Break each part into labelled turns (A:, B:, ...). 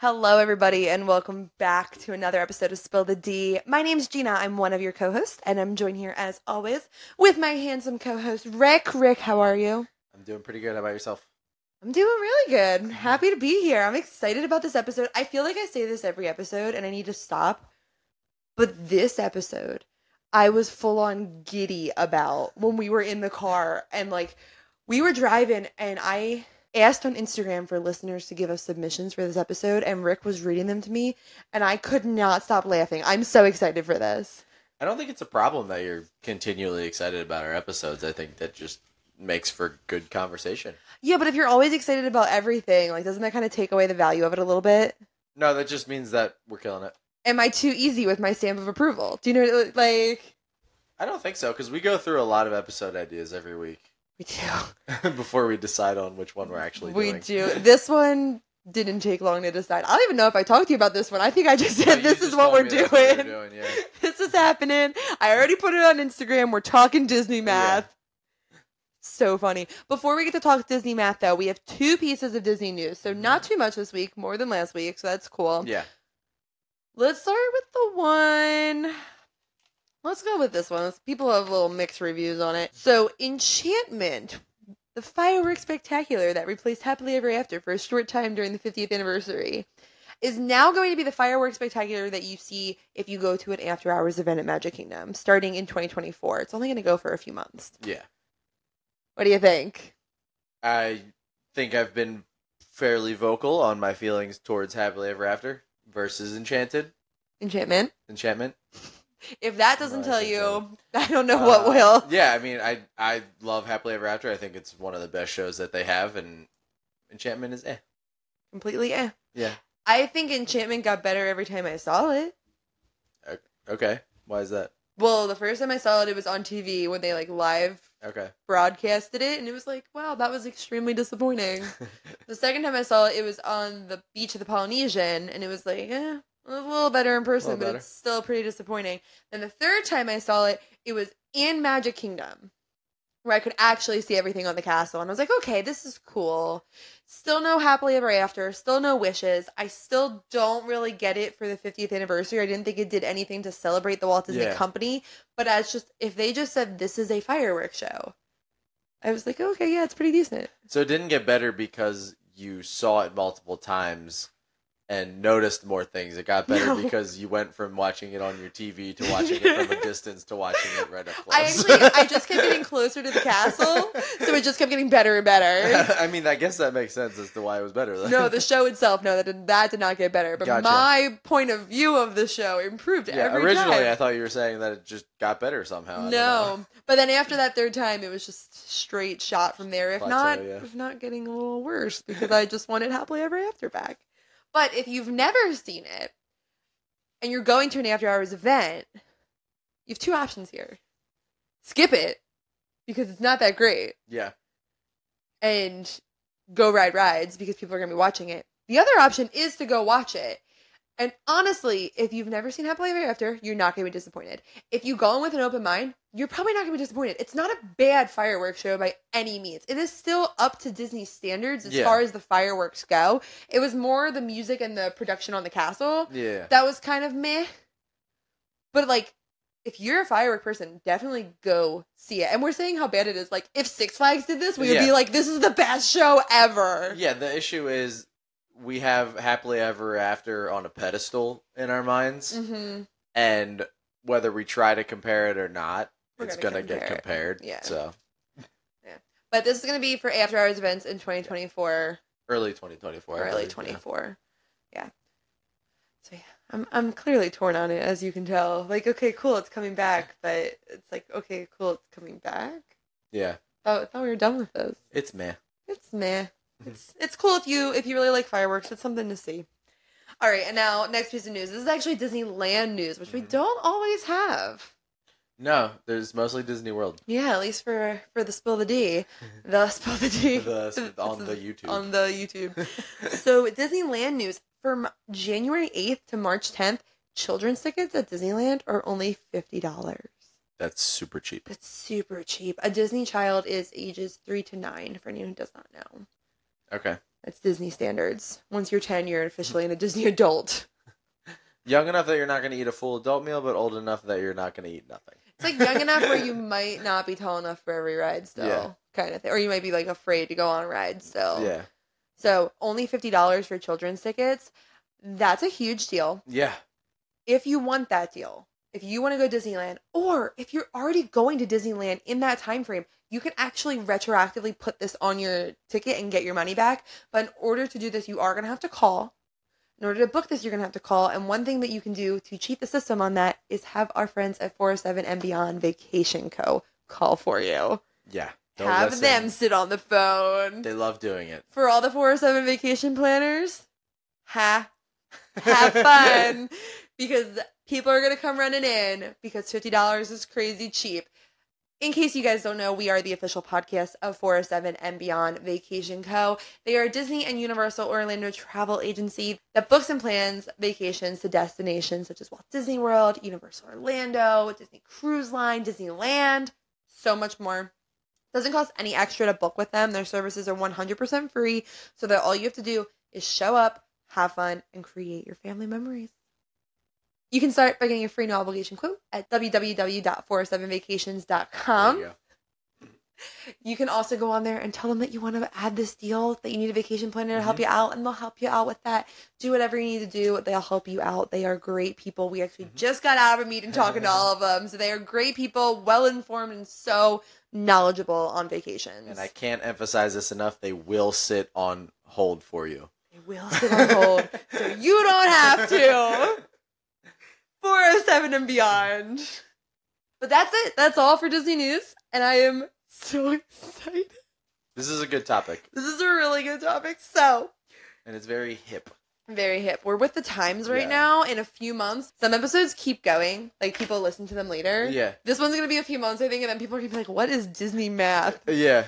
A: Hello, everybody, and welcome back to another episode of Spill the D. My name's Gina. I'm one of your co hosts, and I'm joined here as always with my handsome co host, Rick. Rick, how are you?
B: I'm doing pretty good. How about yourself?
A: I'm doing really good. Happy to be here. I'm excited about this episode. I feel like I say this every episode, and I need to stop. But this episode, I was full on giddy about when we were in the car and like we were driving, and I asked on Instagram for listeners to give us submissions for this episode, and Rick was reading them to me, and I could not stop laughing. I'm so excited for this.
B: I don't think it's a problem that you're continually excited about our episodes. I think that just makes for good conversation.
A: Yeah, but if you're always excited about everything, like doesn't that kind of take away the value of it a little bit?
B: No, that just means that we're killing it.
A: Am I too easy with my stamp of approval? Do you know like
B: I don't think so because we go through a lot of episode ideas every week
A: we do?
B: before we decide on which one we're actually
A: we
B: doing.
A: do. This one didn't take long to decide. I don't even know if I talked to you about this one. I think I just
B: But
A: said
B: you
A: this
B: just
A: is what
B: told
A: we're
B: me that's what
A: doing.
B: you're doing, yeah.
A: this is happening. I already put it on Instagram. We're talking Disney math. So funny. Before we get to talk Disney math, though, we have two pieces of Disney news. So, not
B: Mm-hmm.
A: too much this week, more than last week. So, that's cool.
B: Yeah.
A: Let's start with the one. Let's go with this one. People have little mixed reviews on it. So, Enchantment, the fireworks spectacular that replaced Happily Ever After for a short time during the 50th anniversary, is now going to be the fireworks spectacular that you see if you go to an after hours event at Magic Kingdom starting in 2024. It's only going to go for a few months.
B: Yeah.
A: What do you think?
B: I think I've been fairly vocal on my feelings towards Happily Ever After versus Enchanted.
A: Enchantment?
B: Enchantment.
A: If that doesn't
B: No, I
A: tell
B: think
A: you,
B: so.
A: I don't know
B: Uh,
A: what will.
B: Yeah, I mean, I I love Happily Ever After. I think it's one of the best shows that they have, and Enchantment is eh.
A: Completely, eh.
B: Yeah.
A: I think Enchantment got better every time I saw it.
B: Okay, why is that?
A: Well, the first time I saw it, it was on TV when they like live
B: Okay,
A: broadcasted it, and it was like, wow, that was extremely disappointing. the second time I saw it, it was on the beach of the Polynesian, and it was like, eh, it was a little better in person,
B: Little
A: but
B: better.
A: it's still pretty disappointing. Then the third time I saw it, it was in Magic Kingdom, where I could actually see everything on the castle, and I was like, okay, this is cool. Still no happily ever after, still no wishes. I still don't really get it for the 50th anniversary. I didn't think it did anything to celebrate the Walt Disney
B: Yeah.
A: Company, but as just if they just said this is a fireworks show, I was like, okay, yeah, it's pretty decent.
B: so it didn't get better because you saw it multiple times and noticed more things. It got better
A: No.
B: because you went from watching it on your TV to watching it from a distance to watching it right up close.
A: I actually, I just kept getting closer to the castle, so it just kept getting better and better.
B: I mean, I guess that makes sense as to why it was better. though.
A: No, the show itself, no, that did, that did not get better. But
B: Gotcha.
A: my point of view of the show improved
B: yeah.
A: every
B: Originally, I
A: time.
B: thought you were saying that it just got better somehow. I don't know.
A: no, but then after that third time, it was just straight shot from there. If
B: Plateau,
A: not,
B: yeah.
A: if not getting a little worse because I just wanted happily ever after back. But if you've never seen it and you're going to an after hours event, you have two options here: skip it because it's not that great.
B: Yeah.
A: and go ride rides because people are going to be watching it. The other option is to go watch it. And honestly, if you've never seen Happily Ever After, you're not going to be disappointed. If you go in with an open mind, you're probably not going to be disappointed. It's not a bad fireworks show by any means. It is still up to Disney standards as
B: Yeah.
A: far as the fireworks go. It was more the music and the production on the castle
B: Yeah.
A: that was kind of meh. But like, if you're a firework person, definitely go see it. And we're saying how bad it is. Like, if Six Flags did this, we would be
B: Yeah.
A: like, this is the best show ever.
B: Yeah, the issue is we have happily ever after on a pedestal in our minds,
A: hmm
B: and whether we try to compare it or not,
A: We're
B: it's
A: gonna
B: gonna get
A: compare it.
B: compared.
A: Yeah.
B: So
A: But this is going to be for after hours events in 2024,
B: early 2024. I
A: early
B: believe,
A: 24. Yeah. So yeah, I'm I'm clearly torn on it as you can tell. Like, okay, cool, it's coming back, but it's like, okay, cool, it's coming back.
B: Yeah. Yeah.
A: Oh, I thought we were done with this.
B: It's meh.
A: It's meh.
B: Mm-hmm.
A: It's it's cool if you if you really like fireworks. It's something to see. All right, and now next piece of news. This is actually Disneyland news, which we
B: Mhm.
A: don't always have.
B: No, there's mostly Disney World.
A: Yeah, at least for for the spill the D, the spill the D
B: Mm-hmm. The, on the YouTube.
A: on the YouTube. so Disneyland news from January eighth to March tenth. Children's tickets at Disneyland are only fifty dollars.
B: That's super cheap.
A: That's super cheap. A Disney child is ages three to nine. For anyone who does not know.
B: Okay.
A: That's Disney standards. Once you're 10, you're officially an- a Disney adult.
B: Young enough that you're not going to eat a full adult meal, but old enough that you're not going to eat nothing.
A: It's like young enough where you might not be tall enough for every ride still,
B: Yeah.
A: kind of thing. Or you might be like afraid to go on rides still.
B: Yeah.
A: So only $50 for children's tickets. That's a huge deal.
B: Yeah.
A: If you want that deal, if you want to go Disneyland, or if you're already going to Disneyland in that time frame, you can actually retroactively put this on your ticket and get your money back. But in order to do this, you are going to have to call. In order to book this, you're going to have to call. And one thing that you can do to cheat the system on that is have our friends at 407 and Beyond Vacation Co. call for you.
B: Yeah. Don't
A: have
B: listen.
A: them sit on the phone.
B: They love doing it.
A: For all the 407 vacation planners, ha, have fun because people are going to come running in because $50 is crazy cheap. In case you guys don't know, we are the official podcast of 407 and Beyond Vacation Co. They are a Disney and Universal Orlando travel agency that books and plans vacations to destinations such as Walt Disney World, Universal Orlando, Disney Cruise Line, Disneyland, so much more. Doesn't cost any extra to book with them. Their services are 100% free, so that all you have to do is show up, have fun, and create your family memories. You can start by getting a free no obligation quote at
B: There
A: www.407vacations.com.
B: you go.
A: You can also go on there and tell them that you want to add this deal, that you need a vacation planner to
B: Mm-hmm.
A: help you out, and they'll help you out with that. Do whatever you need to do, they'll help you out. They are great people. We actually
B: Mhm.
A: just got out of a meeting talking to all of them. So they are great people, well informed, and so knowledgeable on vacations.
B: And I can't emphasize this enough. They will sit on hold for you.
A: They will sit on hold, so you don't have to. 407 and beyond. But that's it. That's all for Disney News, and I am so excited.
B: This is a good topic,
A: This is a really good topic. So,
B: and it's very hip.
A: very hip. We're with the times right
B: Yeah.
A: now. In a few months, some episodes keep going. Like people listen to them later.
B: Yeah.
A: This one's gonna be a few months, I think, and then people are gonna be like, "What is Disney math?"
B: Yeah.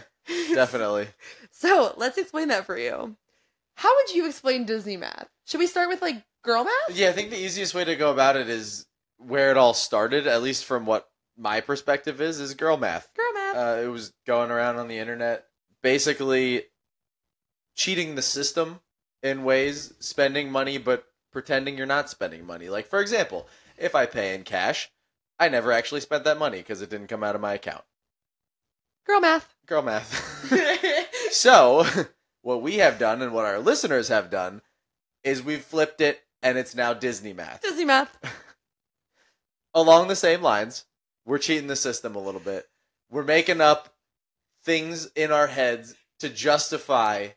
B: Definitely.
A: so let's explain that for you. How would you explain Disney math? Should we start with like girl math?
B: Yeah, I think the easiest way to go about it is where it all started, at least from what my perspective is, is girl math.
A: Girl math.
B: Uh, it was going around on the internet, basically cheating the system in ways, spending money but pretending you're not spending money. Like, for example, if I pay in cash, I never actually spent that money because it didn't come out of my account.
A: girl math.
B: Girl math. So, what we have done and what our listeners have done is we've flipped it and it's now Disney math.
A: Disney math.
B: Along the same lines, we're cheating the system a little bit. We're making up things in our heads to justify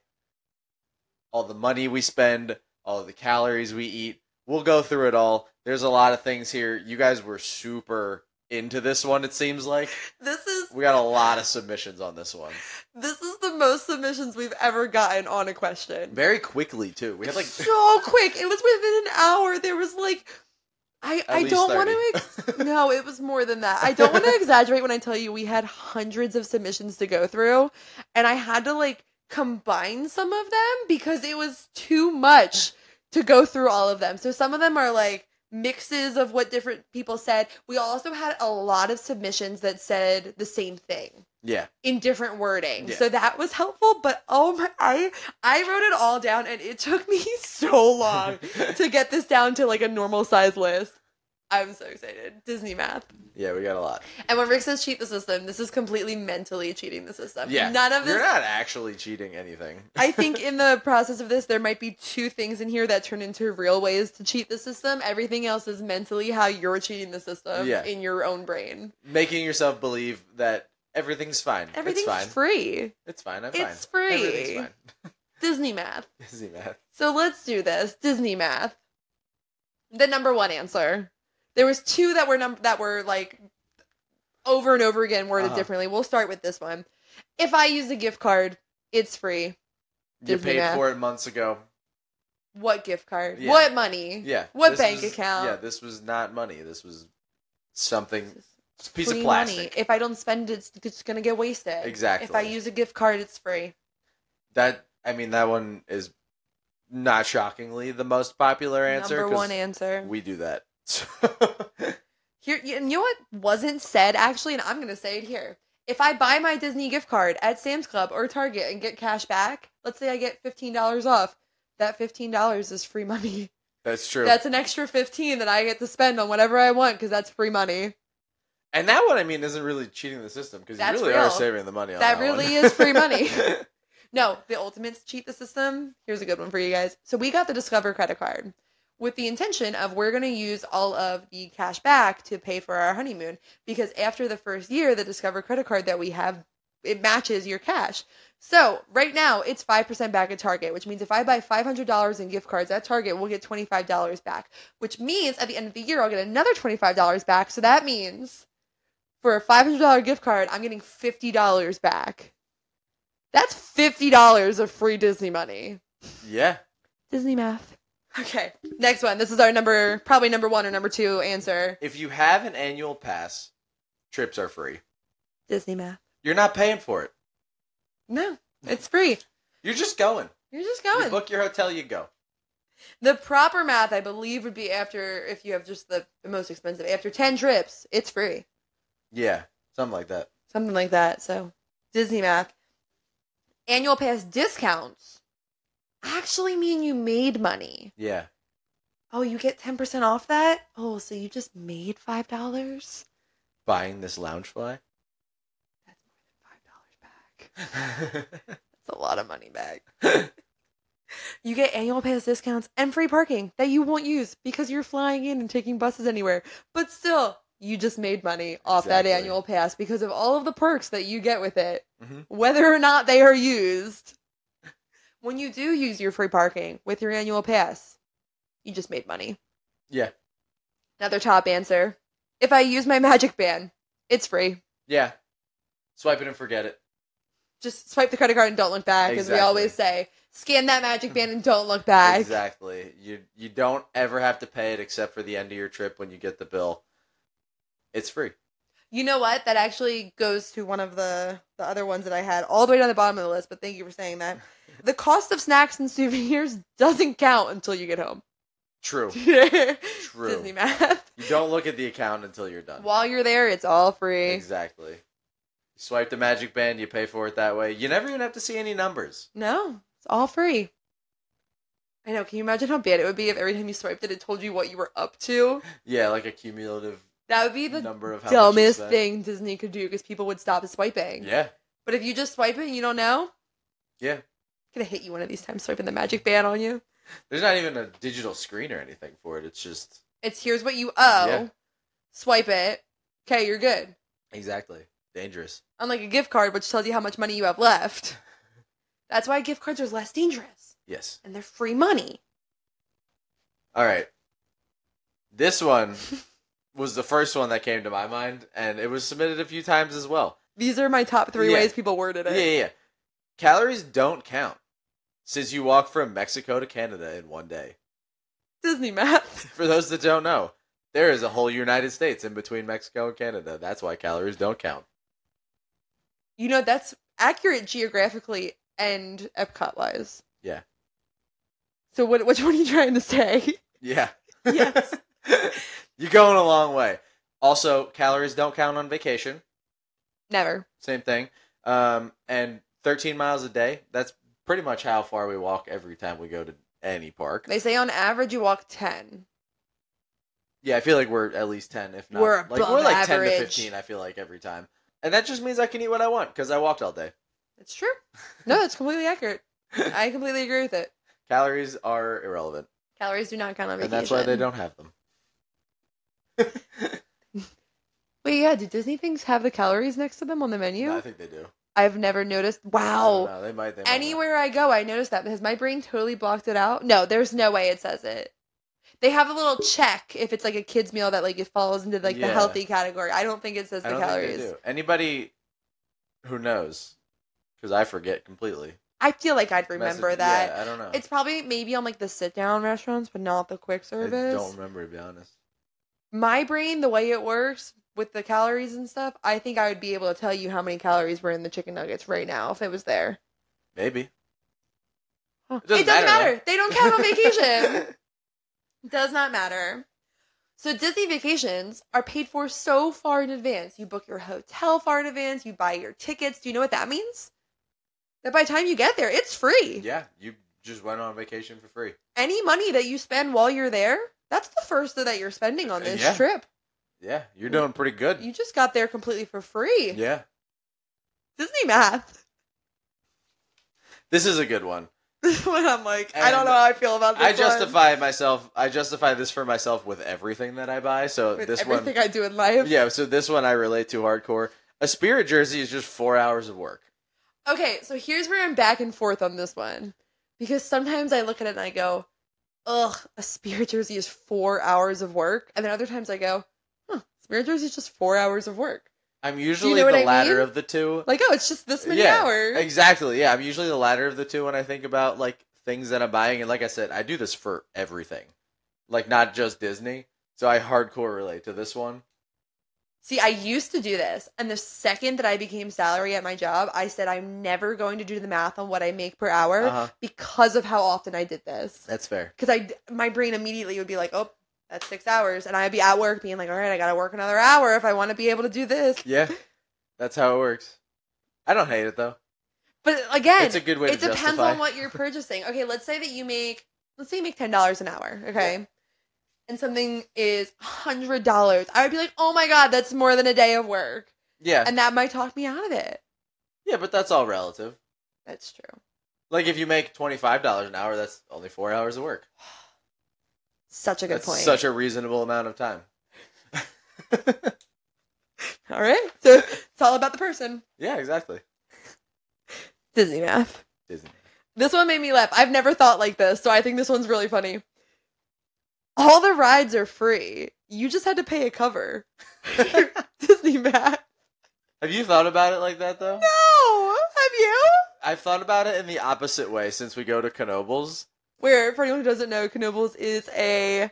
B: all the money we spend, all the calories we eat. We'll go through it all. There's a lot of things here. You guys were super into this one, it seems like.
A: This is
B: We got a lot of submissions on this one.
A: this is the most submissions we've ever gotten on a question.
B: Very quickly, too. We had like
A: so quick. It was within an hour. There was like I I don't want to ex-
B: to.
A: No, it was more than that. I don't want to exaggerate when I tell you we had hundreds of submissions to go through and I had to like combine some of them because it was too much to go through all of them. So some of them are like mixes of what different people said. We also had a lot of submissions that said the same thing
B: yeah,
A: in different wording.
B: Yeah.
A: So that was helpful, but oh my I I wrote it all down and it took me so long to get this down to like a normal size list. I'm so excited. Disney math.
B: yeah, we got a lot.
A: And when Rick says cheat the system, this is completely mentally cheating the system.
B: Yeah,
A: None of this
B: You're not actually cheating anything.
A: I think in the process of this there might be two things in here that turn into real ways to cheat the system. Everything else is mentally how you're cheating the system
B: Yeah.
A: in your own brain.
B: Making yourself believe that everything's fine.
A: Everything's
B: it's fine.
A: free.
B: it's fine. I'm
A: It's
B: fine.
A: free.
B: Everything's fine.
A: Disney math.
B: Disney math.
A: So let's do this. Disney math. The number one answer. There was two that were num- that were like over and over again worded
B: Uh-huh.
A: differently. We'll start with this one. If I use a gift card, it's free.
B: You
A: Disney
B: paid
A: math.
B: for it months ago.
A: What gift card?
B: Yeah.
A: What money?
B: Yeah.
A: What
B: this
A: bank
B: was-
A: account?
B: Yeah, this was not money. This was something.
A: This is
B: It's a piece of
A: free
B: plastic.
A: If I don't spend it, it's, it's gonna get wasted. If I
B: Exactly.
A: use a gift card, it's free.
B: That I mean, that one is not shockingly the most popular answer.
A: number
B: 'cause
A: one answer.
B: We do that. So-
A: Here, you you know what wasn't said actually, and I'm gonna say it here. If I buy my Disney gift card at Sam's Club or Target and get cash back, let's say I get $15 off, that $15 is free money.
B: That's true.
A: That's an extra 15 that I get to spend on whatever I want because that's free money.
B: and that one, I mean, isn't really cheating the system because you
A: That's
B: really are
A: real.
B: saving the money on that.
A: That really
B: one.
A: is free money. No, the ultimates cheat the system. Here's a good one for you guys. So we got the Discover credit card with the intention of we're going to use all of the cash back to pay for our honeymoon because after the first year, the Discover credit card that we have it matches your cash. So right now it's five percent back at Target, which means if I buy five hundred dollars in gift cards at Target, we'll get twenty five dollars back. Which means at the end of the year, I'll get another twenty five dollars back. So that means for a five hundred dollar gift card, I'm getting fifty dollars back. That's fifty dollars of free Disney money.
B: yeah.
A: Disney math. Okay, next one. This is our number, probably number one or number two answer.
B: If you have an annual pass, trips are free.
A: Disney math.
B: You're not paying for it.
A: No, it's free.
B: You're just going.
A: You're just
B: You
A: going.
B: book your hotel, you go.
A: The proper math, I believe, would be after if you have just the, the most expensive. After ten trips, it's free,
B: Yeah, something like that.
A: something like that. So Disney math. Annual pass discounts actually mean you made money.
B: Yeah.
A: Oh, you get ten percent off that. Oh, so you just made five dollars.
B: Buying this lounge fly.
A: That's more than five dollars back. That's a lot of money back. you get annual pass discounts and free parking that you won't use because you're flying in and taking buses anywhere. But still, you just made money off
B: Exactly.
A: that annual pass because of all of the perks that you get with it,
B: Mhm.
A: whether or not they are used. When you do use your free parking with your annual pass, you just made money.
B: yeah.
A: Another top answer. If I use my magic band, it's free.
B: Yeah. Swipe it and forget it.
A: Just swipe the credit card and don't look back, as
B: Exactly.
A: we always say. Scan that magic band and don't look back.
B: Exactly. You you don't ever have to pay it except for the end of your trip when you get the bill. It's free.
A: You know what? That actually goes to one of the the other ones that I had all the way down the bottom of the list. But thank you for saying that. The cost of snacks and souvenirs doesn't count until you get home.
B: True.
A: True. Disney math.
B: You don't look at the account until you're done.
A: While you're there, it's all free.
B: Exactly. You swipe the magic band, you pay for it that way. You never even have to see any numbers.
A: No, it's all free. I know. Can you imagine how bad it would be if every time you swiped it, it told you what you were up to?
B: Yeah, like a cumulative
A: That would be the
B: number of how much you
A: dumbest
B: spent.
A: thing Disney could do because people would stop swiping.
B: Yeah.
A: But if you just swipe it and you don't know,
B: Yeah.
A: gonna hit you one of these times swiping the magic band on you.
B: There's not even a digital screen or anything for it. It's just
A: It's here's what you owe.
B: Yeah.
A: Swipe it. Okay, you're good.
B: Exactly. Dangerous.
A: Unlike a gift card, which tells you how much money you have left. That's why gift cards are less dangerous
B: Yes.
A: and they're free money.
B: All right. This one was the first one that came to my mind, and it was submitted a few times as well.
A: These are my top three
B: Yeah.
A: ways people worded
B: Yeah,
A: it.
B: yeah, yeah. Calories don't count since you walk from Mexico to Canada in one day.
A: Disney math.
B: For those that don't know, there is a whole United States in between Mexico and Canada. That's why calories don't count.
A: You know, that's accurate geographically and Epcot wise.
B: Yeah.
A: So what which one are you trying to say?
B: Yeah.
A: Yes.
B: You're going a long way. Also, calories don't count on vacation.
A: Never.
B: Same thing. Um, and 13 miles a day. That's pretty much how far we walk every time we go to any park.
A: They say on average you walk ten.
B: Yeah, I feel like we're at least 10, if not.
A: We're
B: like,
A: above
B: we're like 10
A: average.
B: to 15, I feel like, every time. And that just means I can eat what I want because I walked all day.
A: It's true. No, that's completely accurate. I completely agree with it.
B: Calories are irrelevant.
A: Calories do not count on
B: And
A: vacation.
B: that's why they don't have them.
A: Wait, yeah, do Disney things have the calories next to them on the menu?
B: No, I think they do.
A: I've never noticed.
B: Oh,
A: Wow.
B: they might. They might not.
A: Anywhere I go, I notice that because my brain totally blocked it out. No, there's no way it says it. They have a little check if it's like a kid's meal that like it falls into like
B: Yeah.
A: the healthy category. I don't think it says
B: I
A: the
B: don't
A: calories.
B: think they do. Anybody who knows, because I forget completely.
A: I feel like I'd remember
B: Message-
A: that.
B: Yeah, I don't know.
A: It's probably maybe on like the sit down restaurants, but not the quick
B: I
A: service.
B: don't remember to be honest.
A: my brain, the way it works with the calories and stuff, I think I would be able to tell you how many calories were in the chicken nuggets right now if it was there.
B: Maybe.
A: Huh.
B: It doesn't
A: it doesn't
B: matter,
A: matter. They don't count on vacation. Does not matter. So Disney vacations are paid for so far in advance. You book your hotel far in advance, you buy your tickets. Do you know what that means? That by the time you get there, it's free.
B: Yeah, you just went on vacation for free.
A: Any money that you spend while you're there, that's the first that you're spending on this
B: Yeah.
A: trip.
B: Yeah, you're doing pretty good.
A: You just got there completely for free.
B: yeah.
A: Disney math.
B: This is a good one.
A: This one I'm like, I don't
B: And
A: know how I feel about this.
B: I
A: one.
B: justify myself. I justify this for myself with everything that I buy. So
A: with
B: this
A: everything I do in life.
B: one, yeah. So this one I relate to hardcore. A spirit jersey is just four hours of work.
A: Okay, so here's where I'm back and forth on this one. Because sometimes I look at it and I go, ugh, a spirit jersey is four hours of work. And then other times I go, huh, spirit jersey is just four hours of work.
B: I'm usually
A: know what
B: the
A: I
B: latter
A: mean?
B: of the two.
A: Like, oh, it's just this many
B: Yeah,
A: hours.
B: Exactly. Yeah, I'm usually the latter of the two when I think about like things that I'm buying. And like I said, I do this for everything, like not just Disney. So I hardcore relate to this one.
A: See, I used to do this. And the second that I became salary at my job, I said, I'm never going to do the math on what I make per hour
B: Uh-huh.
A: because of how often I did this.
B: That's fair.
A: Because I, my brain immediately would be like, oh, that's six hours. And I'd be at work being like, all right, I got to work another hour if I want to be able to do this.
B: Yeah, that's how it works. I don't hate it though.
A: But again,
B: it's a good way
A: it
B: to
A: depends
B: justify.
A: on what you're purchasing. Okay, let's say that you make let's say you make ten dollars an hour, okay? And something is hundred dollars. I would be like, oh my god, that's more than a day of work.
B: yeah,
A: And that might talk me out of it.
B: yeah, but that's all relative.
A: That's true.
B: Like if you make twenty five dollars an hour, that's only four hours of work.
A: Such a good
B: that's
A: point.
B: such a reasonable amount of time.
A: all right. So it's all about the person.
B: Yeah, exactly.
A: Disney math.
B: Disney.
A: This one made me laugh. I've never thought like this, so I think this one's really funny. All the rides are free. You just had to pay a cover. Disney math.
B: Have you thought about it like that though?
A: No, have you?
B: I've thought about it in the opposite way since we go to Knobles.
A: where for anyone who doesn't know, Knoebels is a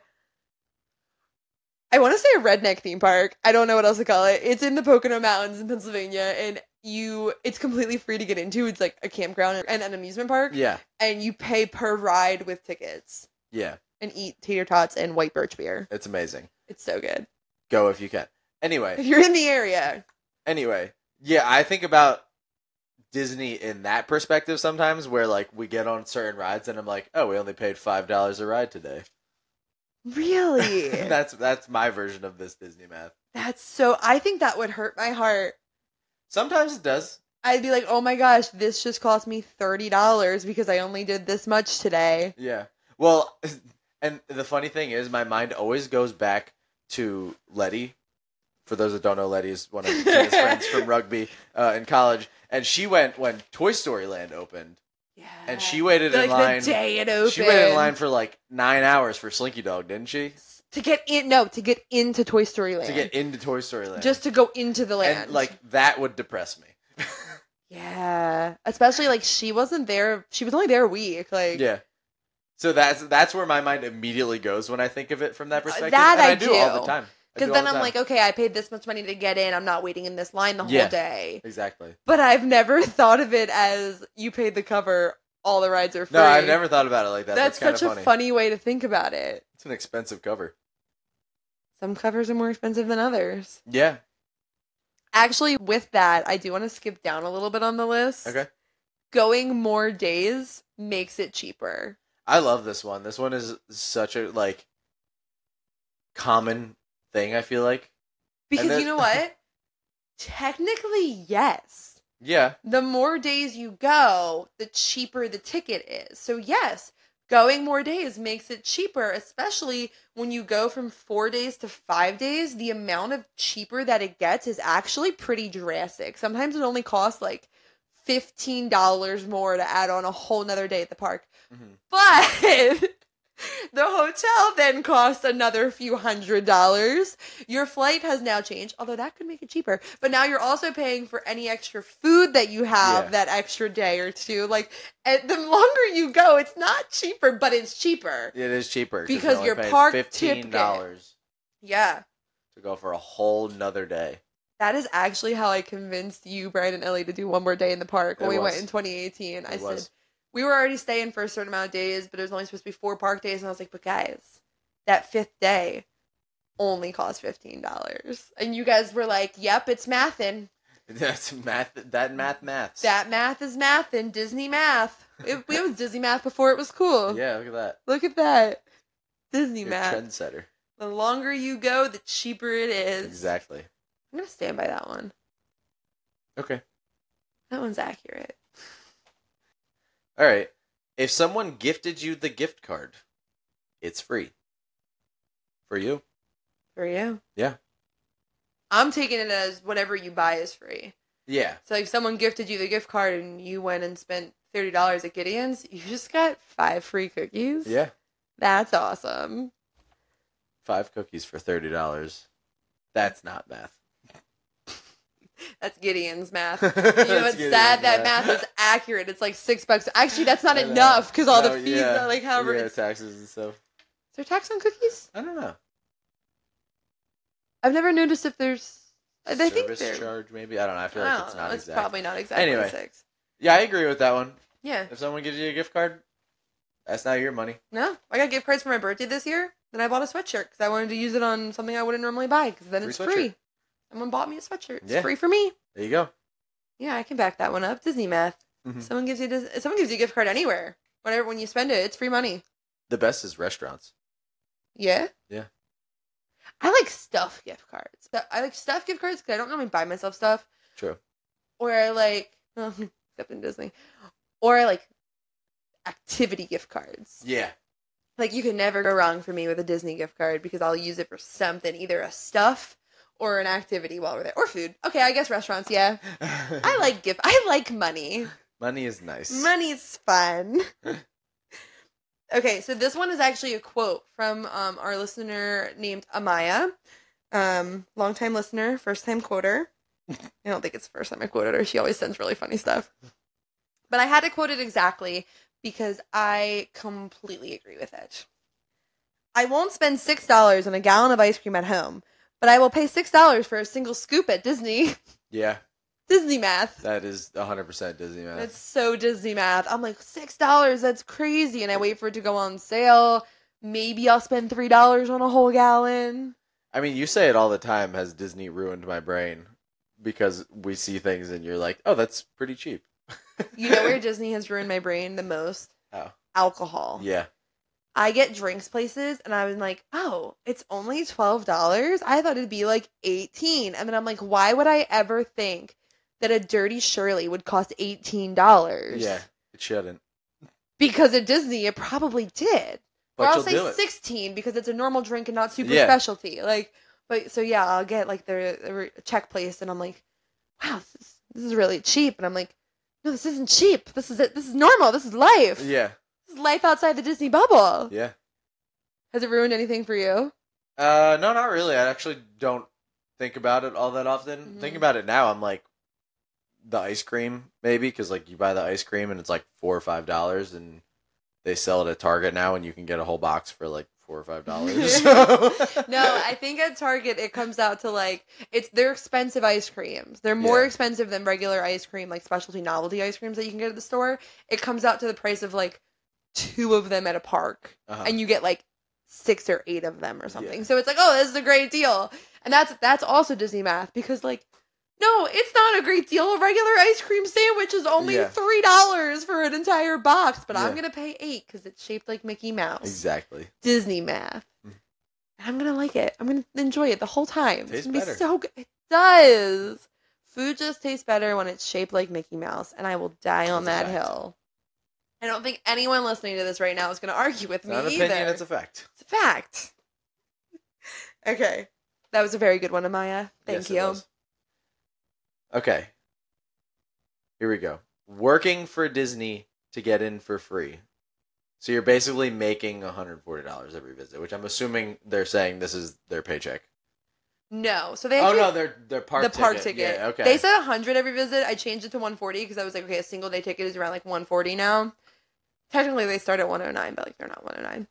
A: I want to say a redneck theme park. I don't know what else to call it. It's in the Pocono Mountains in Pennsylvania, and you it's completely free to get into. It's like a campground and an amusement park,
B: Yeah,
A: and you pay per ride with tickets
B: yeah,
A: and eat tater tots and white birch beer.
B: it's amazing.
A: It's so good
B: Go if you can. Anyway,
A: if you're in the area.
B: anyway, yeah, I think about Disney in that perspective sometimes, where like we get on certain rides and I'm like, oh, we only paid five dollars a ride today.
A: Really,
B: that's that's my version of this Disney math.
A: that's so. I think that would hurt my heart.
B: Sometimes it does.
A: I'd be like, oh my gosh, this just cost me thirty dollars because I only did this much today.
B: Yeah. Well, and the funny thing is, my mind always goes back to Letty. For those that don't know, Letty is one of Gina's friends from rugby uh, in college, and she went when Toy Story Land opened,
A: Yeah.
B: and she waited
A: like
B: in line.
A: the day it opened.
B: She waited in line for like nine hours for Slinky Dog, didn't she?
A: to get in. No, to get into Toy Story Land.
B: To get into Toy Story Land,
A: just to go into the land.
B: and like that would depress me.
A: yeah, especially like she wasn't there. She was only there a week. Like
B: Yeah. So that's that's where my mind immediately goes when I think of it from that perspective.
A: that
B: and
A: I
B: I, do, all
A: do.
B: the time. I
A: Because
B: do all
A: then
B: the
A: I'm
B: time.
A: like, okay, I paid this much money to get in. I'm not waiting in this line the whole
B: Yeah.
A: day.
B: exactly.
A: But I've never thought of it as you paid the cover. All the rides are free.
B: No, I've never thought about it like that.
A: That's,
B: That's, kind
A: such
B: of
A: a
B: funny.
A: funny way to think about it.
B: It's an expensive cover.
A: Some covers are more expensive than others.
B: Yeah.
A: Actually, with that, I do want to skip down a little bit on the list.
B: Okay.
A: going more days makes it cheaper.
B: I love this one. This one is such a like common thing. I feel like.
A: Because
B: then-
A: you know what? Technically, yes.
B: Yeah.
A: The more days you go, the cheaper the ticket is. So, yes, going more days makes it cheaper, especially when you go from four days to five days. The amount of cheaper that it gets is actually pretty drastic. Sometimes it only costs like $15 more to add on a whole nother day at the park.
B: Mhm.
A: But the hotel then costs another few hundred dollars. Your flight has now changed, although that could make it cheaper. But now you're also paying for any extra food that you have
B: Yeah.
A: that extra day or two. Like, and the longer you go, it's not cheaper, but it's cheaper.
B: It is cheaper
A: Because
B: no
A: your
B: one pays
A: park tip
B: fifteen dollars
A: Yeah.
B: to go for a whole nother day.
A: That is actually how I convinced you, Brian, and Ellie to do one more day in the park when
B: It
A: we went
B: was.
A: in 2018. I
B: It was.
A: said, we were already staying for a certain amount of days, but it was only supposed to be four park days. And I was like, but guys, that fifth day, only cost $15. And you guys were like, yep, it's mathin'.
B: That's math. That math maths.
A: "Mm, That math is mathin', Disney math. It, it was Disney math before it was cool.
B: Yeah, look at that.
A: Look at that. Disney
B: You're a
A: math.
B: trendsetter.
A: The longer you go, the cheaper it is.
B: Exactly.
A: I'm going to stand by that one.
B: Okay.
A: That one's accurate.
B: All right. If someone gifted you the gift card, it's free. For you.
A: For you?
B: Yeah.
A: I'm taking it as whatever you buy is free.
B: Yeah.
A: So if someone gifted you the gift card and you went and spent $30 at Gideon's, you just got five free cookies.
B: Yeah.
A: That's awesome.
B: Five cookies for thirty dollars. That's not math.
A: That's Gideon's math.
B: you know
A: You know, it's sad that math is accurate. It's like six bucks. Actually, that's not
B: I know.
A: enough because all
B: No,
A: the fees
B: yeah.
A: are like however.
B: yeah,
A: It's... Is
B: taxes and stuff.
A: there tax on cookies?
B: I don't know.
A: I've never noticed if there's. I I think
B: Service
A: there.
B: charge, maybe. I don't know. I feel
A: I
B: like
A: don't
B: it's
A: know.
B: not
A: it's
B: exact.
A: probably not exactly
B: Anyway.
A: six.
B: Yeah, I agree with that one.
A: Yeah.
B: If someone gives you a gift card, that's not your money.
A: No, I got gift cards for my birthday this year. Then I bought a sweatshirt because I wanted to use it on something I wouldn't normally buy because then
B: Free
A: it's
B: sweatshirt.
A: free. Someone bought me a sweatshirt. It's
B: Yeah.
A: free for me.
B: There you go.
A: Yeah, I can back that one up. Disney math.
B: Mhm.
A: Someone gives you this, someone gives you a gift card anywhere. Whatever when you spend it, it's free money.
B: The best is restaurants.
A: Yeah.
B: Yeah.
A: I like stuff gift cards. Stu- I like stuff gift cards because I don't normally buy myself stuff.
B: True.
A: Or I like um, except in Disney. Or I like activity gift cards.
B: Yeah.
A: Like you can never go wrong for me with a Disney gift card because I'll use it for something, either a stuff or an activity while we're there, or food. Okay, I guess restaurants. Yeah, I like gift. I like money.
B: money is nice.
A: Money's fun. okay, so this one is actually a quote from um, our listener named Amaya, um, longtime listener, first time quoter. I don't think it's the first time I quoted her. She always sends really funny stuff. But I had to quote it exactly because I completely agree with it. I won't spend $6 on a gallon of ice cream at home, but I will pay $6 for a single scoop at Disney.
B: yeah,
A: Disney math.
B: that is 100% Disney math.
A: That's so Disney math. I'm like six dollars. That's crazy. And I wait for it to go on sale. Maybe I'll spend three dollars on a whole gallon.
B: I mean, you say it all the time. Has Disney ruined my brain? Because we see things and you're like, oh, that's pretty cheap.
A: You know where Disney has ruined my brain the most?
B: Oh.
A: Alcohol.
B: Yeah.
A: I get drinks places and I'm like, oh, it's only twelve dollars. I thought it'd be like eighteen. And then I'm like, why would I ever think that a dirty Shirley would cost eighteen dollars?
B: Yeah. It shouldn't.
A: Because at Disney it probably did. or
B: But
A: I'll
B: you'll
A: say
B: do it.
A: 16 because it's a normal drink and not super
B: Yeah.
A: specialty. Like, but so yeah, I'll get like the, the re- check place and I'm like, wow, this is, this is really cheap. And I'm like, no, this isn't cheap. This is it. This is normal. This is life.
B: Yeah.
A: This is life outside the Disney bubble.
B: Yeah.
A: Has it ruined anything for you?
B: Uh, no, not really. I actually don't think about it all that often.
A: Mhm.
B: Think about it now. I'm like the ice cream, maybe because like you buy the ice cream and it's like four or five dollars, and they sell it at Target now, and you can get a whole box for like four or five dollars.
A: No, I think at Target it comes out to like it's they're expensive ice creams. They're more
B: Yeah.
A: expensive than regular ice cream, like specialty novelty ice creams that you can get at the store. It comes out to the price of like two of them at a park.
B: uh
A: and you get like six or eight of them or
B: Yeah.
A: something. So it's like, oh, this is a great deal. And that's that's also Disney math because like no, it's not a great deal. A regular ice cream sandwich is only
B: Yeah.
A: three dollars for an entire box, but I'm
B: Yeah.
A: gonna pay eight because it's shaped like Mickey Mouse.
B: exactly.
A: Disney math.
B: Mhm.
A: And I'm gonna like it. I'm gonna enjoy it the whole time.
B: Tastes
A: it's gonna
B: better.
A: be so good. It does. Food just tastes better when it's shaped like Mickey Mouse, and I will die on
B: That's a
A: that
B: fact.
A: hill. I don't think anyone listening to this right now is gonna argue with
B: It's
A: me
B: not an
A: either.
B: opinion. It's a fact.
A: It's a fact. okay. That was a very good one, Amaya. Thank
B: Yes, it
A: you.
B: was. Okay. Here we go. Working for Disney to get in for free. So you're basically making $140 every visit, which I'm assuming they're saying this is their paycheck.
A: No. So they
B: oh
A: actually,
B: no, their their park
A: the
B: ticket.
A: park ticket.
B: Yeah, okay.
A: They said 100 every visit. I changed it to 140 because I was like, okay, a single day ticket oh is around like 140 now. Technically, they start at 109, but like they're not 109.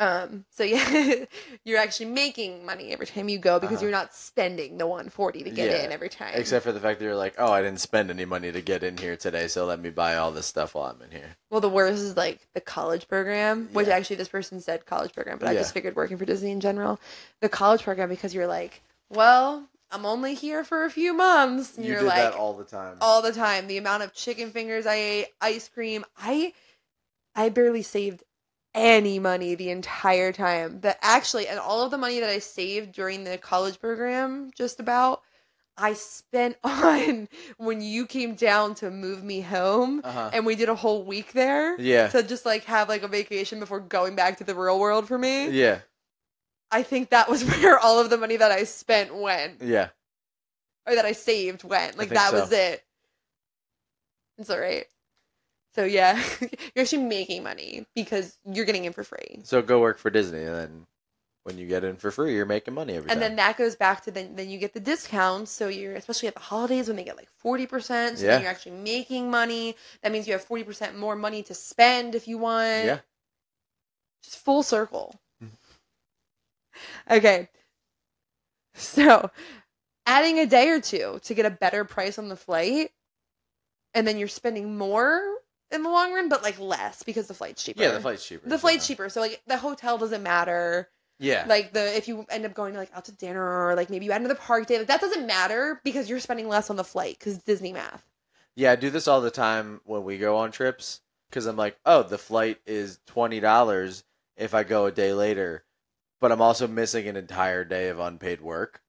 A: Um, so yeah, you're actually making money every time you go because
B: Uh-huh.
A: you're not spending the 140 to get
B: Yeah,
A: in every time.
B: Except for the fact that you're like, oh, I didn't spend any money to get in here today, so let me buy all this stuff while I'm in here.
A: well, the worst is like the college program, which
B: Yeah.
A: actually this person said college program, but I
B: Yeah.
A: just figured working for Disney in general, the college program because you're like, well, I'm only here for a few months. And
B: you
A: are
B: did
A: like,
B: that all the time.
A: all the time. The amount of chicken fingers I ate, ice cream, I I barely saved any money the entire time. But actually, and all of the money that I saved during the college program, just about, I spent on when you came down to move me home,
B: uh-huh.
A: and we did a whole week there.
B: Yeah.
A: To just like have like a vacation before going back to the real world for me.
B: Yeah.
A: I think that was where all of the money that I spent went
B: Yeah.
A: or that I saved went. Like
B: think
A: that
B: so.
A: was it. It's all right. So yeah, you're actually making money because you're getting in for free.
B: So go work for Disney, and then when you get in for free, you're making money every
A: And
B: time.
A: then that goes back to then then you get the discounts. So you're especially at the holidays when they get like forty percent. So
B: Yeah.
A: then you're actually making money. That means you have forty percent more money to spend if you want.
B: yeah.
A: Just full circle.
B: Mhm. Mm-hmm.
A: okay. So, adding a day or two to get a better price on the flight, and then you're spending more in the long run, but like less because the flight's cheaper.
B: Yeah, the flight's cheaper.
A: The flight's cheaper, so like the hotel doesn't matter.
B: Yeah.
A: Like the if you end up going like out to dinner or like maybe you add another park day, like that doesn't matter because you're spending less on the flight because Disney math.
B: Yeah, I do this all the time when we go on trips because I'm like, oh, the flight is twenty dollars if I go a day later, but I'm also missing an entire day of unpaid work,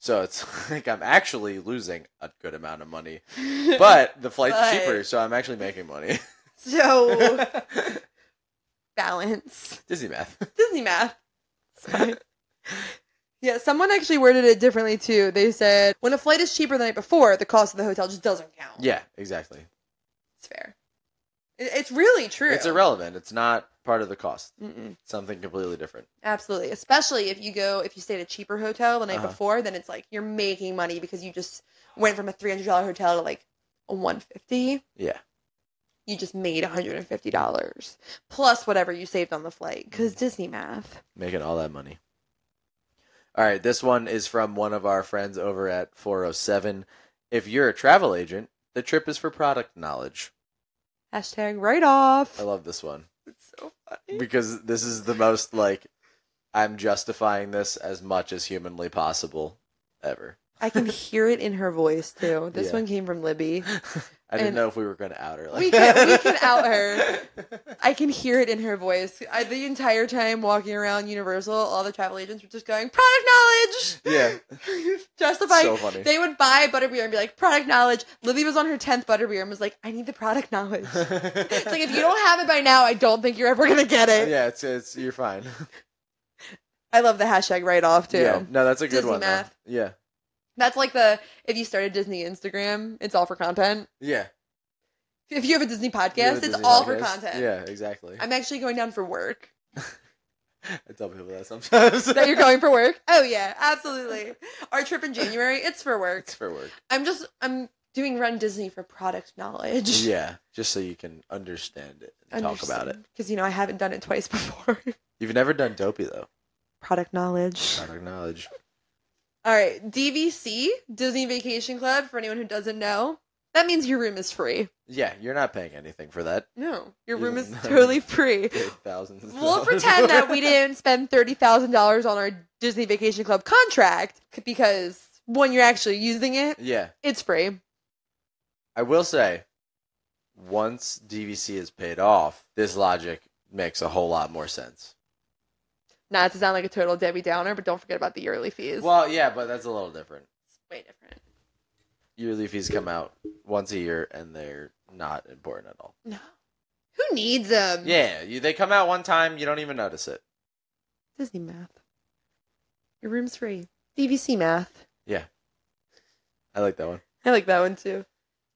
B: so it's like I'm actually losing a good amount of money. But the flight's
A: But-
B: cheaper, so I'm actually making money.
A: so balance.
B: Disney math.
A: Disney math. It's fine. yeah, someone actually worded it differently too. They said when a flight is cheaper the night before, the cost of the hotel just doesn't count.
B: Yeah, exactly.
A: it's fair. It- It's really true.
B: It's irrelevant. It's not part of the cost.
A: Mm-mm.
B: Something completely different.
A: Absolutely, especially if you go if you stay at a cheaper hotel the night
B: Uh-huh.
A: before, then it's like you're making money because you just went from a three hundred dollar hotel to like a one fifty.
B: Yeah.
A: You just made one hundred and fifty dollars plus whatever you saved on the flight
B: Mm.
A: because Disney math.
B: Making all that money. All right, this one is from one of our friends over at 407. If you're a travel agent, the trip is for product knowledge.
A: Hashtag write off.
B: I love this one
A: It's so funny.
B: because this is the most like I'm justifying this as much as humanly possible ever.
A: I can hear it in her voice too. This
B: Yeah.
A: one came from Libby.
B: I didn't
A: And-
B: know if we were going to out her. Like
A: We can- we can out her. I can hear it in her voice. I, the entire time walking around Universal, all the travel agents were just going, product
B: Yeah.
A: knowledge! Justify.
B: so funny.
A: they would buy Butterbeer and be like, product knowledge. Libby was on her 10th Butterbeer and was like, I need the product knowledge. it's like, if you don't have it by now, I don't think you're ever going to get it.
B: Yeah, it's it's you're fine.
A: I love the hashtag write off too.
B: Yeah. No, that's a good
A: Disney
B: one. though.
A: math.
B: Yeah.
A: That's like the, if you start a Disney Instagram, it's all for content.
B: Yeah.
A: If you have a Disney podcast,
B: You're the
A: it's
B: Disney
A: all for
B: podcast.
A: content.
B: Yeah, exactly.
A: I'm actually going down for work.
B: I tell people that sometimes.
A: that you're going for work? Oh yeah, absolutely. Our trip in January, it's for work.
B: It's for work.
A: I'm just I'm doing Run Disney for product knowledge.
B: Yeah, just so you can understand it and talk about it.
A: Because you know I haven't done it twice before.
B: You've never done dopey though.
A: product knowledge.
B: Product knowledge.
A: All right, DVC, Disney Vacation Club, for anyone who doesn't know. That means your room is free.
B: Yeah, you're not paying anything for that.
A: No, your room is
B: Yeah.
A: totally free.
B: Paid thousands. of
A: We'll
B: dollars.
A: pretend that we didn't spend thirty thousand dollars on our Disney Vacation Club contract because when you're actually using it,
B: Yeah,
A: it's free.
B: I will say, once DVC is paid off, this logic makes a whole lot more sense.
A: Not to sound like a total Debbie Downer, but don't forget about the yearly fees.
B: Well, yeah, but that's a little different.
A: it's way different.
B: Yearly fees come out once a year, and they're not important at all.
A: No, who needs them?
B: Yeah, you, they come out one time, you don't even notice it.
A: Disney math. Your room's free. DVC math.
B: I like that one.
A: I like that one too.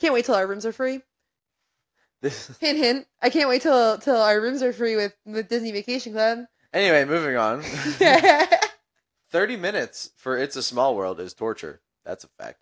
A: Can't wait till our rooms are free.
B: This.
A: Hint, hint. I can't wait till till our rooms are free with with Disney Vacation Club.
B: Anyway, moving on.
A: That's
B: 30 minutes for It's a Small World is torture. That's a fact.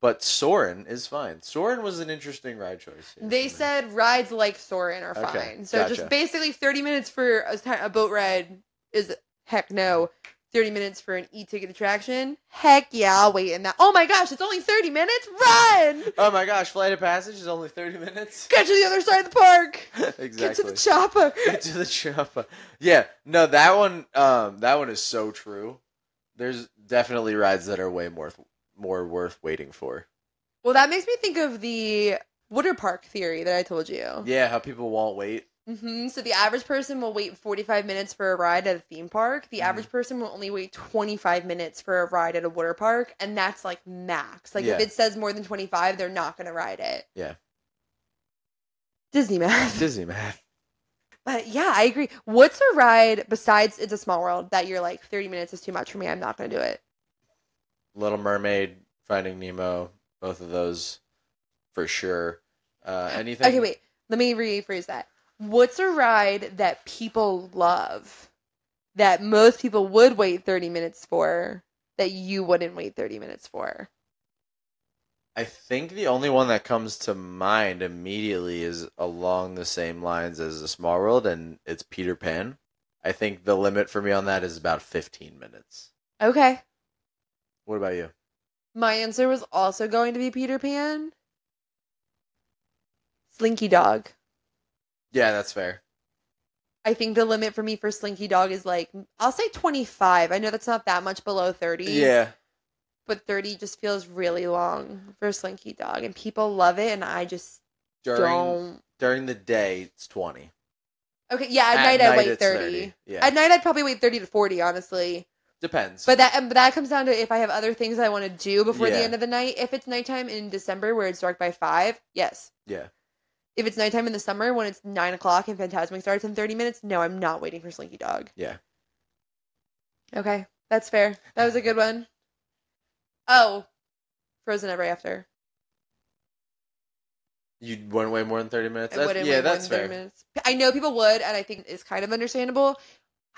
B: But Soren is fine. Soren was an interesting ride choice. here
A: They
B: for me.
A: said rides like Soren are
B: Okay,
A: fine. So just
B: gotcha.
A: basically 30 minutes for a, ti- a boat ride is heck no. 30 minutes for an e-ticket attraction? Heck yeah, I'll wait in that. Oh my gosh, it's only 30 minutes? Run!
B: Oh my gosh, Flight of Passage is only 30 minutes?
A: Get to the other side of the park.
B: exactly.
A: Get to the chopper.
B: Get to the chopper. Yeah, no, that one, um, that one is so true. There's definitely rides that are way more, more worth waiting for.
A: Well, that makes me think of the water park theory that I told you.
B: Yeah, how people won't wait.
A: hmm So the average person will wait 45 minutes for a ride at a theme park. The
B: Mhm.
A: average person will only wait 25 minutes for a ride at a water park, and that's like max. Like
B: Yeah.
A: if it says more than 25, they're not going to ride it.
B: Yeah.
A: Disney math.
B: Disney math.
A: But yeah, I agree. What's a ride besides It's a Small World that you're like 30 minutes is too much for me. I'm not going to do it.
B: Little Mermaid, Finding Nemo, both of those for sure. Uh, anything?
A: Okay, wait. Let me rephrase that. What's a ride that people love that most people would wait 30 minutes for that you wouldn't wait 30 minutes for?
B: I think the only one that comes to mind immediately is along the same lines as the Small World, and it's Peter Pan. I think the limit for me on that is about 15 minutes.
A: Okay.
B: What about you?
A: My answer was also going to be Peter Pan. Slinky Dog.
B: Yeah, that's fair.
A: I think the limit for me for Slinky Dog is like, I'll say 25. I know that's not that much below 30.
B: Yeah,
A: But 30 just feels really long for Slinky Dog. And people love it, and I just
B: during
A: don't.
B: during the day it's 20.
A: Okay, yeah, at, night, I wait
B: it's
A: 30.
B: Yeah,
A: At night, I'd probably wait 30 to 40, honestly.
B: depends.
A: But that and- but that comes down to if I have other things I want to do before the
B: Yeah.
A: end of the night. If it's nighttime in December where it's dark by 5, yes.
B: yeah,
A: If it's nighttime in the summer when it's 9 o'clock and Fantasmic starts in 30 minutes, no, I'm not waiting for Slinky Dog.
B: Yeah.
A: Okay, that's fair. That was a good one. Oh, Frozen Ever After.
B: you went way more than 30 minutes.
A: I
B: That's-
A: wouldn't
B: yeah,
A: wait more
B: that's
A: than 30
B: fair.
A: minutes. I know people would, and I think it's kind of understandable.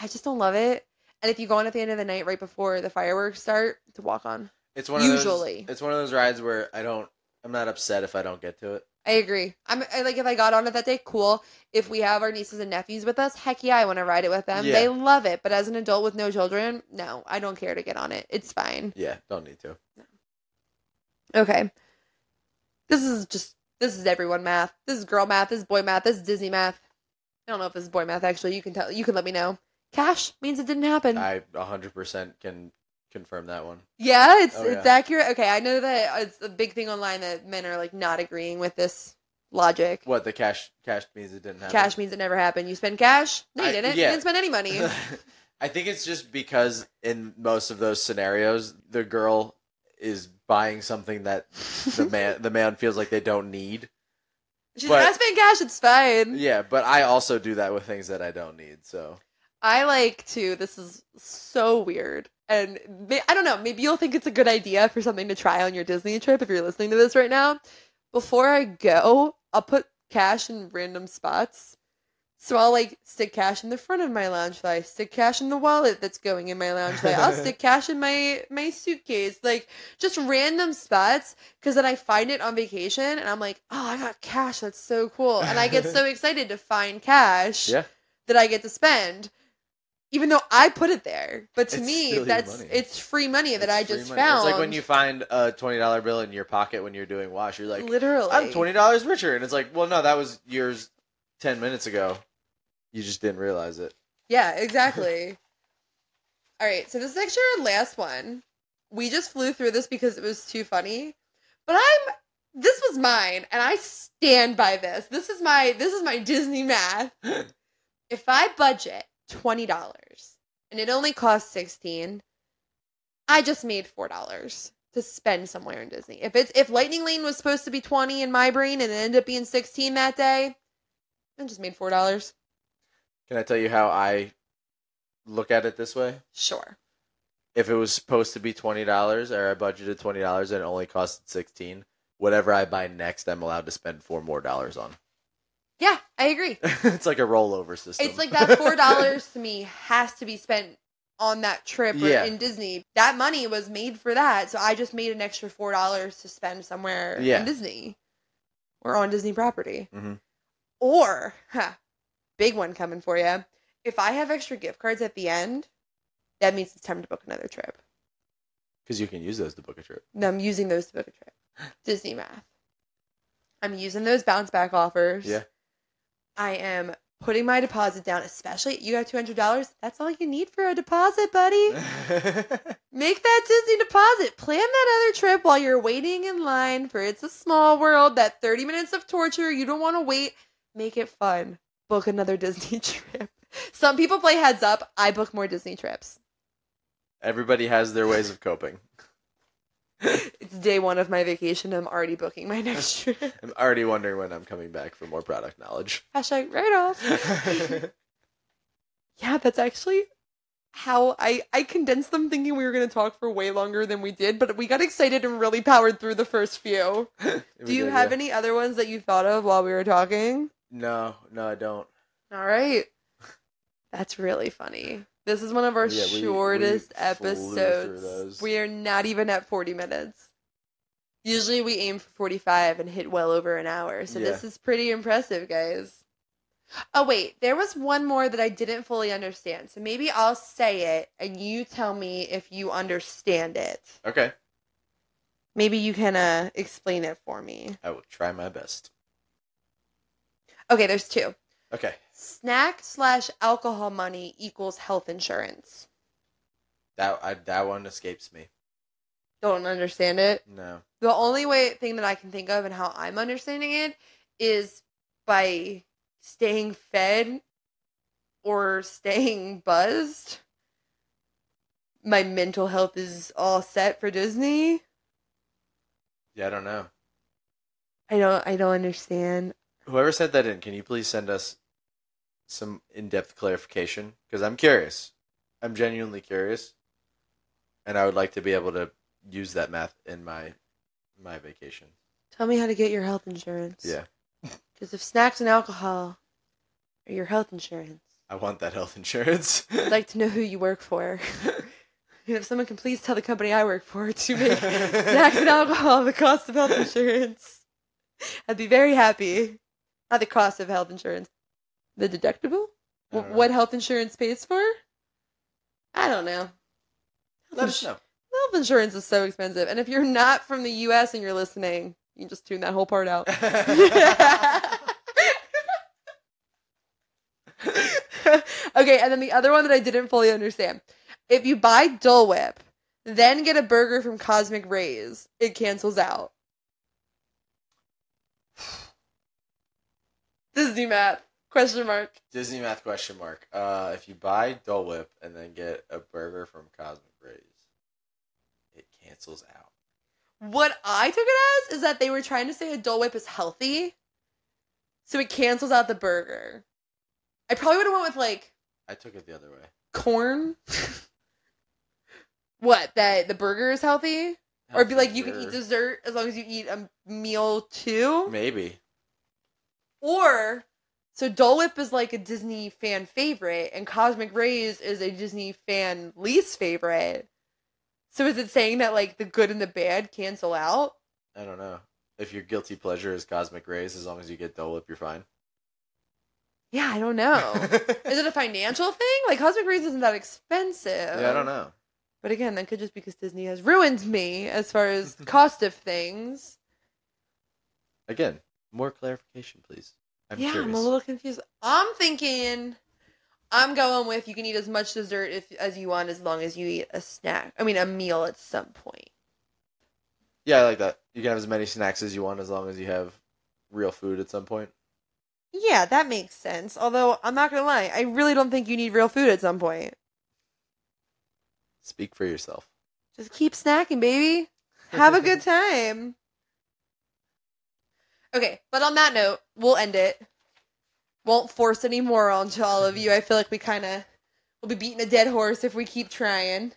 A: I just don't love it. And if you go on at the end of the night right before the fireworks start to walk on,
B: It's one
A: Usually.
B: of those, it's one of those rides where I don't I'm not upset if I don't get to it.
A: I agree. I'm I, like, if I got on it that day, cool. If we have our nieces and nephews with us, heck yeah, I want to ride it with them.
B: Yeah.
A: They love it. But as an adult with no children, no, I don't care to get on it. It's fine.
B: Yeah, don't need to.
A: Okay. This is just this is everyone math. This is girl math. This is boy math. This is Disney math. I don't know if this is boy math. Actually, you can tell. You can let me know. Cash means it didn't happen.
B: I 100% can confirm that one.
A: Yeah, it's
B: Oh,
A: it's accurate. Okay, I know that it's a big thing online that men are like not agreeing with this logic.
B: What the cash cash means it didn't happen.
A: Cash means it never happened. You spend cash? No, you
B: I-
A: didn't. You
B: yeah.
A: didn't spend any money.
B: I think it's just because in most of those scenarios, the girl is buying something that the man the man feels like they don't need.
A: She's
B: but-
A: like, I spend cash. It's fine.
B: Yeah, but I also do that with things that I don't need. So
A: I like to. This is so weird. And may, I don't know. Maybe you'll think it's a good idea for something to try on your Disney trip if you're listening to this right now. Before I go, I'll put cash in random spots. So I'll like stick cash in the front of my lounge fly, stick cash in the wallet that's going in my lounge fly. I'll stick cash in my my suitcase, like just random spots. Because then I find it on vacation, and I'm like, oh, I got cash. That's so cool, and I get so excited to find cash
B: Yeah.
A: that I get to spend, even though I put it there. But to
B: It's
A: me,
B: still your
A: that's
B: money.
A: it's free money that
B: it's
A: I
B: free
A: just
B: money.
A: found.
B: It's like when you find a twenty dollar bill in your pocket when you're doing wash. You're like,
A: literally
B: I'm twenty dollars richer, and it's like, well, no, that was yours ten minutes ago. You just didn't realize it.
A: Yeah, exactly. All right, so this is actually our last one. We just flew through this because it was too funny. But I'm this was mine and I stand by this. This is my this is my Disney math. if I budget $20 and it only costs 16, I just made $4 to spend somewhere in Disney. If it's if Lightning Lane was supposed to be 20 in my brain and it ended up being 16 that day, I just made $4.
B: Can I tell you how I look at it this way?
A: Sure.
B: If it was supposed to be twenty dollars, or I budgeted twenty dollars and it only costed sixteen, whatever I buy next, I'm allowed to spend four more dollars on.
A: Yeah, I agree.
B: it's like a rollover system.
A: It's like that four dollars to me has to be spent on that trip or
B: Yeah.
A: in Disney. That money was made for that, so I just made an extra four dollars to spend somewhere
B: Yeah.
A: in Disney or on Disney property.
B: Mhm.
A: Or huh, big one coming for you. if I have extra gift cards at the end, that means it's time to book another trip.
B: Because you can use those to book a trip.
A: And I'm using those to book a trip. Disney math. I'm using those bounce back offers.
B: Yeah.
A: I am putting my deposit down, especially you got two hundred dollars. That's all you need for a deposit, buddy. Make that Disney deposit. Plan that other trip while you're waiting in line for It's a Small World, that 30 minutes of torture. You don't want to wait. Make it fun. Book another Disney trip. Some people play heads up. I book more Disney trips.
B: Everybody has their ways of coping.
A: It's day one of my vacation. I'm already booking my next trip.
B: I'm already wondering when I'm coming back for more product knowledge.
A: Hashtag write off. yeah, that's actually how I, I condensed them thinking we were going to talk for way longer than we did, but we got excited and really powered through the first few. Do you have any other ones that you thought of while we were talking?
B: No, no, I don't.
A: All right. That's really funny. This is one of our
B: Yeah, we- we
A: shortest
B: flew through
A: episodes.
B: those.
A: We are not even at 40 minutes. Usually we aim for 45 and hit well over an hour. So this is pretty impressive, guys. Oh, wait. There was one more that I didn't fully understand. So maybe I'll say it and you tell me if you understand it.
B: Okay,
A: Maybe you can uh, explain it for me.
B: I will try my best.
A: Okay, there's two.
B: Okay,
A: Snack slash alcohol money equals health insurance.
B: that I, that one escapes me.
A: Don't understand it.
B: No.
A: The only way thing that I can think of and how I'm understanding it is by staying fed or staying buzzed. My mental health is all set for Disney.
B: Yeah, I don't know.
A: I don't I don't understand.
B: Whoever sent that in, can you please send us some in-depth clarification? Because I'm curious. I'm genuinely curious, and I would like to be able to use that math in my my vacation.
A: Tell me how to get your health insurance.
B: Yeah,
A: Cuz if snacks and alcohol are your health insurance,
B: I want that health insurance.
A: I'd like to know who you work for. And if someone can please tell the company I work for to make snacks and alcohol the cost of health insurance, I'd be very happy. Not the cost of health insurance, the deductible.
B: I don't
A: Wh-
B: know.
A: What health insurance pays for? I don't know.
B: Let us know.
A: Health insurance is so expensive, and if you're not from the U.S. and you're listening, you can just tune that whole part out. okay, and then the other one that I didn't fully understand. If you buy Dole Whip, then get a burger from Cosmic Rays, it cancels out. Disney math. Question mark.
B: Disney math question mark. Uh, if you buy Dole Whip and then get a burger from Cosmic Rays, it cancels out.
A: What I took it as is that they were trying to say a Dole Whip is healthy, so it cancels out the burger. I probably would have went with like
B: I took it the other way.
A: corn. what? That the burger is healthy? or be like you can eat
B: Healthier.
A: dessert as long as you eat a meal too
B: Maybe.
A: or so dole whip is like a disney fan favorite and cosmic rays is a disney fan least favorite so is it saying that like the good and the bad cancel out
B: I don't know. If your guilty pleasure is Cosmic Rays, as long as you get Dole Whip, you're fine.
A: yeah i don't know Oh. is it a financial thing like cosmic rays isn't that expensive
B: yeah, I don't know.
A: But again, that could just be because Disney has ruined me as far as cost of things.
B: Again, more clarification, please. I'm
A: yeah,
B: curious.
A: I'm a little confused. I'm thinking I'm going with you can eat as much dessert if, as you want as long as you eat a snack. I mean, a meal at some point.
B: Yeah, I like that. You can have as many snacks as you want as long as you have real food at some point.
A: Yeah, that makes sense. Although, I'm not going to lie, I really don't think you need real food at some point.
B: Speak for yourself.
A: Just keep snacking, baby. Have a good time. Okay, but on that note, we'll end it. Won't force any more onto all of you. I feel like we kind of will be beating a dead horse if we keep trying.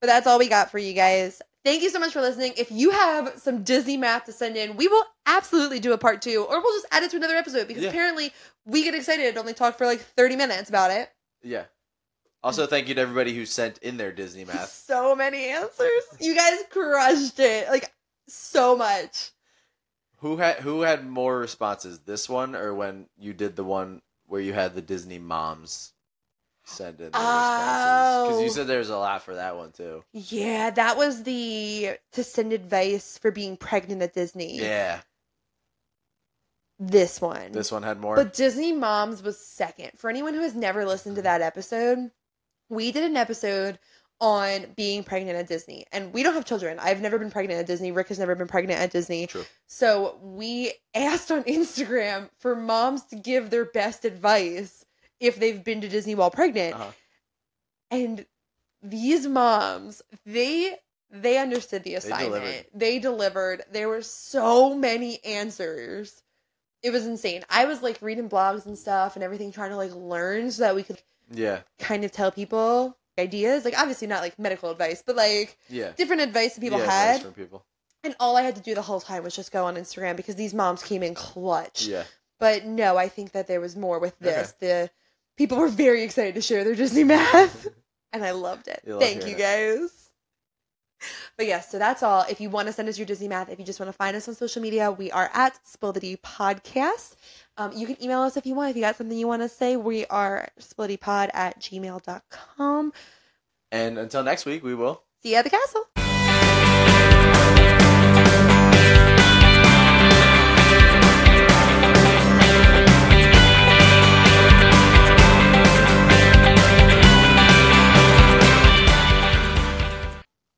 A: But that's all we got for you guys. Thank you so much for listening. If you have some Disney math to send in, we will absolutely do a part two, or we'll just add it to another episode because
B: Yeah.
A: apparently we get excited and only talk for like 30 minutes about it.
B: Yeah. Also, thank you to everybody who sent in their Disney math.
A: So many answers. You guys crushed it. Like, so much.
B: Who had who had more responses? This one or when you did the one where you had the Disney moms? send in the responses because you
A: Oh.
B: said there was a lot for that one too.
A: Yeah, that was the to send advice for being pregnant at Disney.
B: Yeah,
A: This one.
B: this one had more.
A: But Disney Moms was second. For anyone who has never listened to that episode, we did an episode on being pregnant at Disney. And we don't have children. I've never been pregnant at Disney. Rick has never been pregnant at Disney.
B: True.
A: So we asked on Instagram for moms to give their best advice if they've been to Disney while pregnant.
B: Uh-huh.
A: And these moms, they they understood the assignment.
B: delivered.
A: they delivered. There were so many answers it was insane. I was like reading blogs and stuff and everything, trying to like learn so that we could
B: yeah,
A: kind of tell people ideas. Like obviously not like medical advice, but like
B: yeah.
A: different advice that people
B: Yeah, advice
A: had.
B: from people.
A: And all I had to do the whole time was just go on Instagram because these moms came in clutch.
B: Yeah,
A: But no, I think that there was more with this. The people were very excited to share their Disney math, and I loved it.
B: You love
A: Thank you
B: hearing
A: guys. But yes, so that's all. If you want to send us your Disney math, if you just want to find us on social media, we are at Spill the D Podcast. Um, you can email us if you want. If you got something you want to say, we are splittypod at gmail.com.
B: and until next week, we will.
A: See you at the castle.